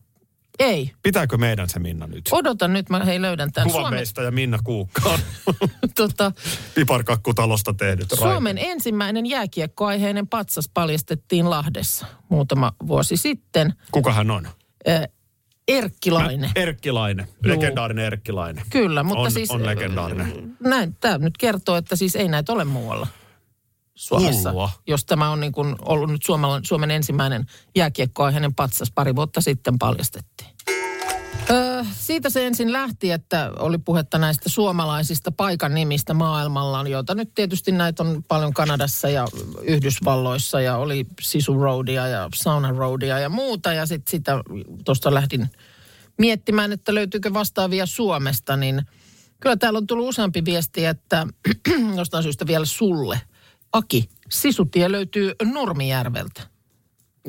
Speaker 2: Ei,
Speaker 3: Pitääkö meidän se Minna nyt?
Speaker 2: odota nyt, mä hei löydän tämän.
Speaker 3: Kuva meistä ja Minna Kuukkaan.
Speaker 2: tota,
Speaker 3: Piparkakkutalosta tehdyt
Speaker 2: Suomen ensimmäinen jääkiekkoaiheinen patsas paljastettiin Lahdessa muutama vuosi sitten.
Speaker 3: Kuka hän on?
Speaker 2: Ö, Erkkilainen.
Speaker 3: Erkkilainen. Legendaarinen Erkkilainen.
Speaker 2: Kyllä, mutta
Speaker 3: on,
Speaker 2: siis...
Speaker 3: On legendaarinen.
Speaker 2: Näin, tämä nyt kertoo, että siis ei näitä ole muualla Suomessa.
Speaker 3: Hullua.
Speaker 2: Jos tämä on niin kuin ollut nyt Suomen, Suomen ensimmäinen jääkiekkoaiheinen patsas, pari vuotta sitten paljastettiin. Öö, siitä se ensin lähti, että oli puhetta näistä suomalaisista paikan nimistä maailmalla, joita nyt tietysti näitä on paljon Kanadassa ja Yhdysvalloissa ja oli Sisu Roadia ja Sauna Roadia ja muuta. Ja sitten sitä tuosta lähdin miettimään, että löytyykö vastaavia Suomesta, niin kyllä täällä on tullut useampi viesti, että jostain syystä vielä sulle. Aki, Sisutie löytyy Nurmijärveltä.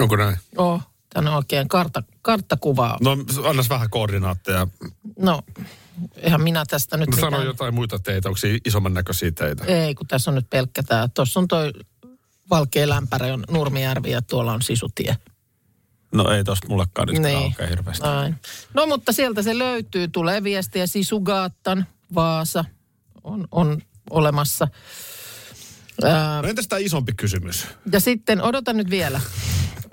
Speaker 3: Onko näin?
Speaker 2: Oh, tänne on oikein kartta, karttakuvaa.
Speaker 3: No annas vähän koordinaatteja.
Speaker 2: No, eihän minä tästä nyt
Speaker 3: No, Sano
Speaker 2: mitään-
Speaker 3: jotain muita teitä, onko siinä isomman näköisiä teitä?
Speaker 2: Ei, kun tässä on nyt pelkkä tämä. Tuossa on toi valkea lämpärä, on Nurmijärvi ja tuolla on Sisutie.
Speaker 3: No ei tosta mullekaan nyt
Speaker 2: Niin.
Speaker 3: niin. kauhean hirveästi.
Speaker 2: Näin. No mutta sieltä se löytyy. Tulee viestiä Sisugaattan, Vaasa on, on olemassa. Ää,
Speaker 3: No, entäs tämä isompi kysymys?
Speaker 2: ja sitten, odotan nyt vielä.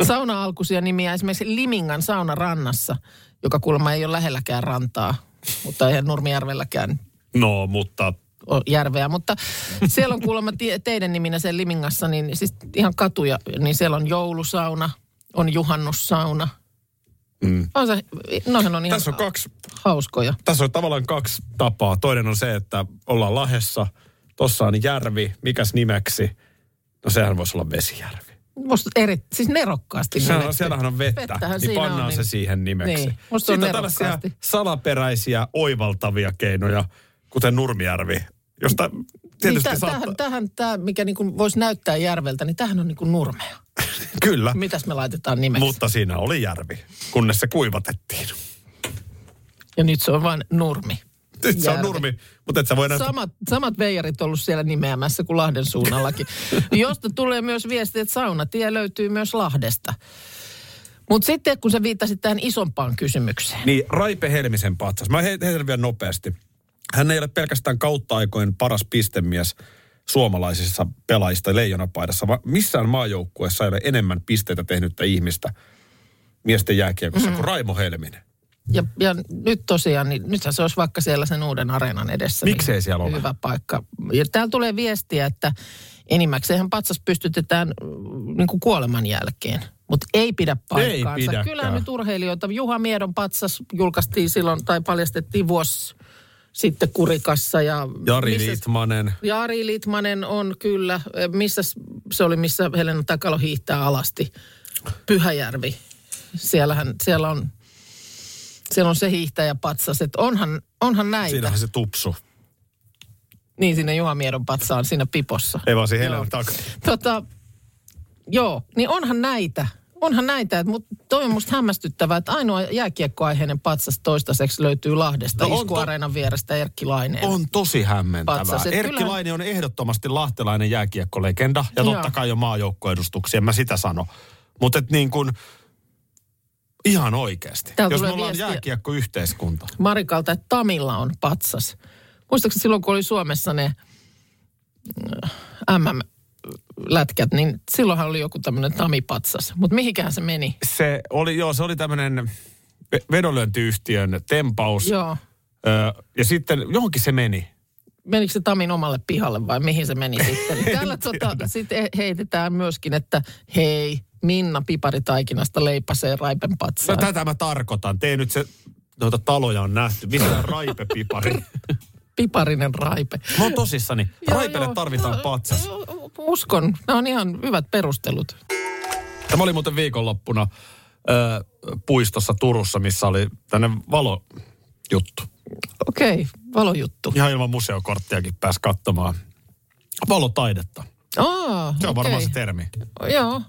Speaker 2: Sauna-alkuisia nimiä esimerkiksi Limingan saunarannassa, joka kuulemma ei ole lähelläkään rantaa, mutta eihän Nurmijärvelläkään
Speaker 3: No, mutta
Speaker 2: o- järveä, mutta siellä on kuulemma tie- teidän niminä sen Limingassa, niin siis ihan katuja, niin siellä on joulusauna, on juhannussauna. Mm. On se, noihän on ihan
Speaker 3: tässä on kaksi
Speaker 2: hauskoja.
Speaker 3: tässä on tavallaan kaksi tapaa. Toinen on se, että ollaan lahessa, tossa on järvi, mikäs nimeksi? No sehän voisi olla vesijärvi.
Speaker 2: Musta eri, siis nerokkaasti.
Speaker 3: Sehän on,
Speaker 2: nimetty.
Speaker 3: siellähän on vettä,
Speaker 2: Vettähän
Speaker 3: niin
Speaker 2: siinä
Speaker 3: pannaan
Speaker 2: on,
Speaker 3: se
Speaker 2: niin-
Speaker 3: siihen nimeksi.
Speaker 2: Niin, musta se on
Speaker 3: Sitten on tällaisia
Speaker 2: nerokkaasti.
Speaker 3: salaperäisiä, oivaltavia keinoja, kuten Nurmijärvi, josta tietysti
Speaker 2: niin,
Speaker 3: saattaa...
Speaker 2: tähän, tähän, tämä, mikä niin voisi näyttää järveltä, niin tähän on niin kuin nurmea.
Speaker 3: Kyllä,
Speaker 2: Mitäs me laitetaan nimeksi?
Speaker 3: mutta siinä oli järvi, kunnes se kuivatettiin.
Speaker 2: Ja nyt se on vain nurmi.
Speaker 3: Nyt se on
Speaker 2: Järvi.
Speaker 3: Nurmi, mutta et sä voi näyttää...
Speaker 2: Samat, samat veijarit ollut siellä nimeämässä kuin Lahden suunnallakin. Josta tulee myös viesti, että saunatie löytyy myös Lahdesta. Mutta sitten kun sä viittasit tähän isompaan kysymykseen.
Speaker 3: Niin, Raipe Helmisen patsas. Mä he- heitän vielä nopeasti. Hän ei ole pelkästään kautta aikojen paras pistemies suomalaisissa pelaajista leijonapaidassa, vaan missään maajoukkueessa ei ole enemmän pisteitä tehnyttä ihmistä miesten jääkiekossa kuin Raimo Helminen.
Speaker 2: Ja, ja nyt tosiaan, niin nythän se olisi vaikka siellä sen uuden areenan edessä.
Speaker 3: Miksei
Speaker 2: niin
Speaker 3: siellä ole?
Speaker 2: Hyvä paikka. Ja täällä tulee viestiä, että enimmäkseen patsas pystytetään niin kuin kuoleman jälkeen. Mutta ei pidä paikkaansa.
Speaker 3: pidäkään.
Speaker 2: Kyllä nyt urheilijoita. Juha Miedon patsas julkaistiin silloin tai paljastettiin vuosi sitten Kurikassa. Ja
Speaker 3: Jari
Speaker 2: missä-
Speaker 3: Liitmanen.
Speaker 2: Jari Litmanen on kyllä. eh, Missä se oli, missä Helena Takalo hiihtää alasti? Pyhäjärvi. Siellähän, siellä on, siellä on se hiihtäjä patsas. Että onhan, onhan näitä.
Speaker 3: Siinähän se tupsu.
Speaker 2: Niin sinne Juha Miedon patsaan siinä pipossa.
Speaker 3: Ei vaan se Helena
Speaker 2: Joo.
Speaker 3: takaa.
Speaker 2: Tota, joo, niin onhan näitä. Onhan näitä, mutta toi on musta hämmästyttävää, että ainoa jääkiekkoaiheinen patsas toistaiseksi löytyy Lahdesta,
Speaker 3: No
Speaker 2: no
Speaker 3: on
Speaker 2: Iskuareenan vierestä Erkki Laineen.
Speaker 3: On tosi hämmentävää.
Speaker 2: Patsas, et
Speaker 3: Erkki
Speaker 2: kyllähän-
Speaker 3: Laine on ehdottomasti lahtelainen jääkiekkolegenda ja totta
Speaker 2: Joo.
Speaker 3: kai jo maajoukkoedustuksia, en mä sitä sano. Mutta et niin kuin, ihan oikeasti.
Speaker 2: Täällä
Speaker 3: Jos me
Speaker 2: tulee
Speaker 3: ollaan
Speaker 2: viestiä-
Speaker 3: jääkiekkoyhteiskunta.
Speaker 2: Marikalta, että Tamilla on patsas. Muistaakseni silloin, kun oli Suomessa ne äh, MM-lätkät, niin silloinhan oli joku tämmöinen Tami-patsas. Mutta mihinkään se meni?
Speaker 3: Se oli, joo, se oli tämmöinen vedonlyöntiyhtiön tempaus.
Speaker 2: Joo.
Speaker 3: Ö, ja sitten johonkin se meni.
Speaker 2: Menikö se Tamin omalle pihalle vai mihin se meni sitten? Niin Täällä tota, sit he- heitetään myöskin, että hei, Minna piparitaikinasta leipäsee raipen
Speaker 3: No,
Speaker 2: patsaan.
Speaker 3: tätä mä tarkoitan. Tee nyt se, noita taloja on nähty. Missä on raipepipari?
Speaker 2: Piparinen raipe.
Speaker 3: Mä oon tosissani.
Speaker 2: Joo,
Speaker 3: Raipelle
Speaker 2: joo. No,
Speaker 3: tarvitaan
Speaker 2: Joo,
Speaker 3: patsas.
Speaker 2: joo, Uskon. Nämä on ihan hyvät perustelut.
Speaker 3: Tämä oli muuten viikonloppuna ö, puistossa Turussa, missä oli tänne valojuttu.
Speaker 2: Okei, okay, valojuttu.
Speaker 3: Ihan ilman museokorttiakin pääsi katsomaan. Valotaidetta.
Speaker 2: Aa,
Speaker 3: Se on
Speaker 2: okei.
Speaker 3: varmaan se termi.
Speaker 2: Joo.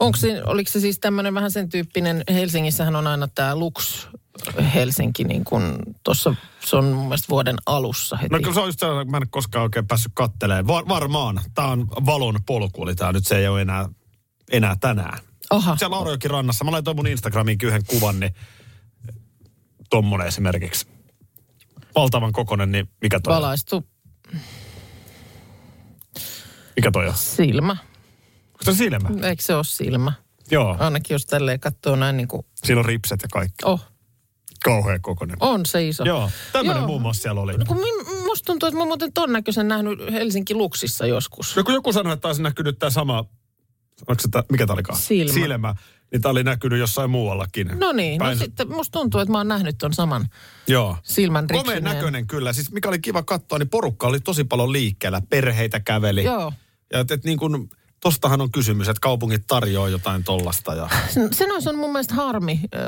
Speaker 2: Onko se, oliko se siis tämmöinen vähän sen tyyppinen, Helsingissähän on aina tämä Lux Helsinki, niin kun tuossa, se on mun mielestä vuoden alussa heti.
Speaker 3: No kyllä se on just sellainen, mä en ole koskaan oikein päässyt katteleen. Var, varmaan. Tämä on valon polku, eli tämä nyt se ei ole enää, enää tänään.
Speaker 2: Aha,
Speaker 3: Siellä Laurajoki rannassa. Mä laitoin mun Instagramiin yhden kuvan, niin tommonen esimerkiksi. Valtavan kokonen, niin mikä toi, on?
Speaker 2: valaistu
Speaker 3: mikä toi on?
Speaker 2: silmä.
Speaker 3: Onko se silmä?
Speaker 2: Eikö se ole silmä?
Speaker 3: Joo.
Speaker 2: Ainakin jos tälleen katsoo näin niin kuin,
Speaker 3: Siinä on ripset ja kaikki.
Speaker 2: oh,
Speaker 3: Kauhean kokonen.
Speaker 2: on se iso.
Speaker 3: Joo, tämmöinen
Speaker 2: Joo.
Speaker 3: muun muassa siellä oli.
Speaker 2: No kun min, musta tuntuu, että mä oon muuten ton näköisen nähnyt Helsinki Luksissa joskus.
Speaker 3: Joku, joku sanoi, että taisi näkynyt tämä sama, onko se tää, mikä tämä olikaan?
Speaker 2: Silmä.
Speaker 3: Silmä. niin tämä oli näkynyt jossain muuallakin.
Speaker 2: No niin, no
Speaker 3: Päin-
Speaker 2: sitten musta tuntuu, että mä oon nähnyt ton saman
Speaker 3: Joo.
Speaker 2: silmän
Speaker 3: Komeen
Speaker 2: riksineen.
Speaker 3: näköinen kyllä. Siis mikä oli kiva katsoa, niin porukka oli tosi paljon liikkeellä. Perheitä käveli.
Speaker 2: Joo.
Speaker 3: Ja et, et niin kun, tostahan on kysymys, että kaupungit tarjoaa jotain tollasta. Ja...
Speaker 2: Sen olisi on mun mielestä harmi. ö,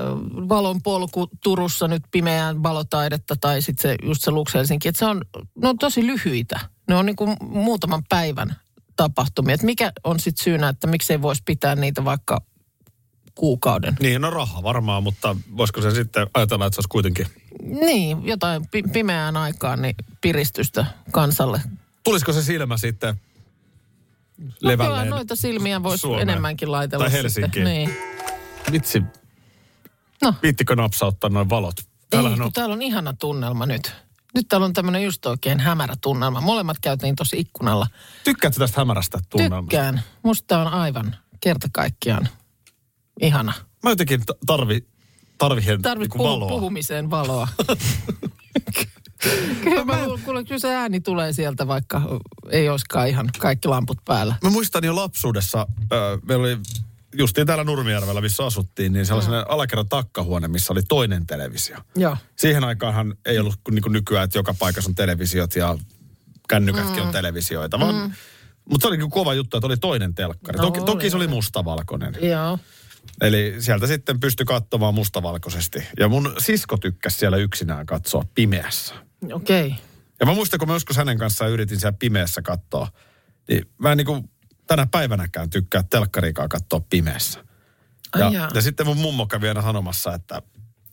Speaker 2: Valon polku Turussa nyt pimeään valotaidetta tai sitten se, just se Lux Helsinki. Että se on, ne on tosi lyhyitä. Ne on niin kuin muutaman päivän tapahtumia. Et mikä on sitten syynä, että miksei voisi pitää niitä vaikka kuukauden?
Speaker 3: Niin, no raha varmaan, mutta voisiko se sitten ajatella, että se olisi kuitenkin...
Speaker 2: Niin, jotain pi- pimeään aikaan niin piristystä kansalle.
Speaker 3: Tulisiko se silmä sitten
Speaker 2: No kyllä
Speaker 3: levälleen?
Speaker 2: noita silmiä voisi
Speaker 3: Suomeen.
Speaker 2: enemmänkin laitella.
Speaker 3: Tai
Speaker 2: sitten.
Speaker 3: Helsinkiin.
Speaker 2: Niin.
Speaker 3: Vitsi.
Speaker 2: No.
Speaker 3: Viittikö napsauttaa noin valot?
Speaker 2: Ei, kun täällä on ihana tunnelma nyt. Nyt täällä on tämmöinen just oikein hämärä tunnelma. Molemmat käytiin tuossa ikkunalla.
Speaker 3: Tykkäätkö tästä hämärästä tunnelmasta?
Speaker 2: Tykkään. Musta tää on aivan kerta kaikkiaan ihana.
Speaker 3: Mä jotenkin ta- tarvi, tarvihen
Speaker 2: Tarvit
Speaker 3: niinku
Speaker 2: puhu,
Speaker 3: valoa.
Speaker 2: puhumiseen valoa. kyllä, mä, luulen- kuule, kyllä se ääni tulee sieltä, vaikka ei olisikaan ihan kaikki lamput päällä.
Speaker 3: Mä muistan jo lapsuudessa, ö, meillä oli justiin täällä Nurmijärvellä, missä asuttiin, niin se oli sellainen alakerran takkahuone, missä oli toinen televisio.
Speaker 2: Joo.
Speaker 3: Siihen aikaanhan ei ollut niin kuin nykyään, että joka paikassa on televisiot ja kännykätkin mm. on televisioita, vaan... Mm. Mutta se oli kyllä kova juttu, että oli toinen telkkari.
Speaker 2: No
Speaker 3: toki, toki
Speaker 2: oli.
Speaker 3: se oli mustavalkoinen.
Speaker 2: Joo.
Speaker 3: Eli sieltä sitten pystyi katsomaan mustavalkoisesti. Ja mun sisko tykkäsi siellä yksinään katsoa pimeässä.
Speaker 2: Okei. Okay.
Speaker 3: Ja mä muistan, kun mä joskus hänen kanssaan yritin siellä pimeässä katsoa, niin mä en niin kuin tänä päivänäkään tykkää telkkariikaa katsoa pimeässä. Ja,
Speaker 2: jaa.
Speaker 3: ja sitten mun mummo kävi aina sanomassa, että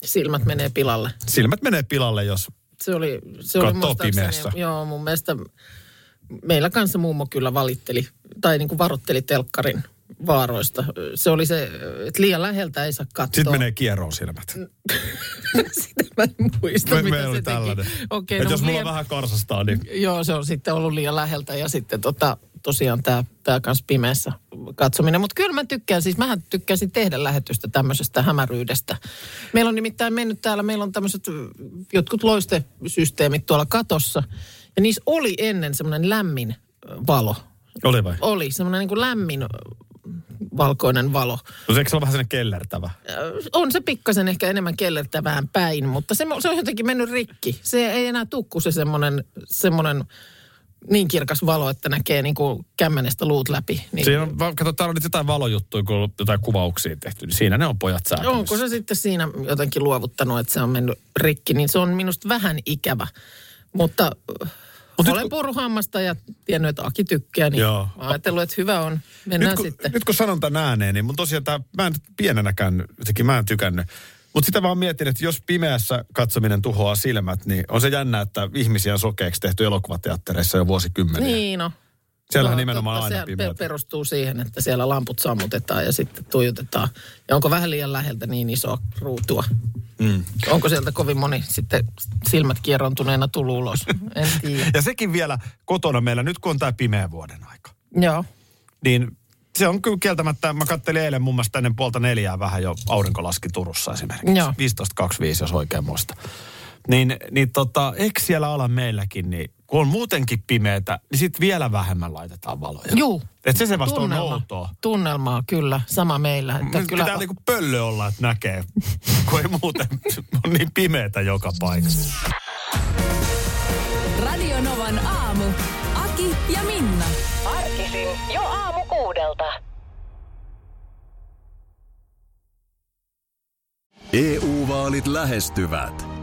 Speaker 2: Silmät menee pilalle.
Speaker 3: silmät menee pilalle, jos...
Speaker 2: Se oli, se oli
Speaker 3: Kattoo
Speaker 2: muistaakseni-
Speaker 3: pimeässä.
Speaker 2: Joo, mun mielestä meillä kanssa mummo kyllä valitteli, tai niin kuin varoitteli telkkarin vaaroista. Se oli se, että liian läheltä ei saa katsoa.
Speaker 3: Sitten menee kieroon silmät.
Speaker 2: Sitä mä en muista,
Speaker 3: Me,
Speaker 2: mitä
Speaker 3: meillä
Speaker 2: se
Speaker 3: oli
Speaker 2: teki.
Speaker 3: tällainen.
Speaker 2: Okei,
Speaker 3: Et
Speaker 2: no,
Speaker 3: jos mulla
Speaker 2: liian,
Speaker 3: vähän karsastaa, niin...
Speaker 2: Joo, se on sitten ollut liian läheltä ja sitten tota, tosiaan tämä tää kans pimeässä katsominen. Mutta kyllä mä tykkään, siis mähän tykkäsin tehdä lähetystä tämmöisestä hämäryydestä. Meillä on nimittäin mennyt täällä, meillä on tämmöiset jotkut loistesysteemit tuolla katossa. Ja niissä oli ennen semmoinen lämmin ö, valo.
Speaker 3: Oli vai?
Speaker 2: Oli semmoinen niin kuin lämmin ö, valkoinen valo.
Speaker 3: No, eikö se ole vähän sellainen kellertävä?
Speaker 2: Ö, Äh, On se pikkasen ehkä enemmän kellertävään päin, mutta se, se on jotenkin mennyt rikki. Se ei enää tukku se semmoinen, semmoinen niin kirkas valo, että näkee niin kuin kämmenestä luut läpi. Niin
Speaker 3: Siinä on, vaan- kato, täällä on nyt jotain valojuttuja, kun on ollut jotain kuvauksia tehty, niin siinä ne on pojat säätämässä.
Speaker 2: onko se sitten siinä jotenkin luovuttanut, että se on mennyt rikki, niin se on minusta vähän ikävä. Mutta Mut olen puruhammasta ja tiennyt, että Aki tykkää, niin
Speaker 3: Joo.
Speaker 2: Joo. ajatellut, että hyvä on.
Speaker 3: nyt
Speaker 2: Mennään
Speaker 3: kun,
Speaker 2: sitten.
Speaker 3: nyt kun sanon tämän ääneen, niin mun tosiaan tää, mä en pienenäkään, jotenkin mä en tykännyt. Mutta sitä vaan mietin, että jos pimeässä katsominen tuhoaa silmät, niin on se jännä, että ihmisiä on sokeiksi tehty elokuvateattereissa jo vuosikymmeniä. Niin.
Speaker 2: Niin no.
Speaker 3: Siellähän
Speaker 2: Joo,
Speaker 3: nimenomaan
Speaker 2: totta,
Speaker 3: aina
Speaker 2: se
Speaker 3: pimeätä.
Speaker 2: pe- perustuu siihen, että siellä lamput sammutetaan ja sitten tuijotetaan. Ja onko vähän liian läheltä niin isoa ruutua? Mm. Onko sieltä kovin moni sitten silmät kierontuneena tullut ulos? En tiedä.
Speaker 3: Ja sekin vielä kotona meillä, nyt kun on tämä pimeä vuoden aika,
Speaker 2: Joo.
Speaker 3: niin se on kyllä kieltämättä, mä kattelin eilen muun muassa ennen puolta neljää vähän jo aurinko laski Turussa esimerkiksi.
Speaker 2: Joo.
Speaker 3: 15.25, jos oikein muista. Niin, niin tota, eikö siellä ala meilläkin, niin kun on muutenkin pimeätä, niin sitten vielä vähemmän laitetaan valoja.
Speaker 2: Juu.
Speaker 3: Et se se vasta Tunnelma. on
Speaker 2: Tunnelma,
Speaker 3: outoa.
Speaker 2: tunnelmaa kyllä, sama meillä. Että
Speaker 3: Nyt
Speaker 2: kyllä,
Speaker 3: Pitää niinku pöllö olla, että näkee, kun ei muuten on niin pimeätä joka paikassa.
Speaker 1: Radio Novan aamu. Aki ja Minna.
Speaker 6: Arkisin jo aamu kuudelta.
Speaker 4: EU-vaalit E lähestyvät.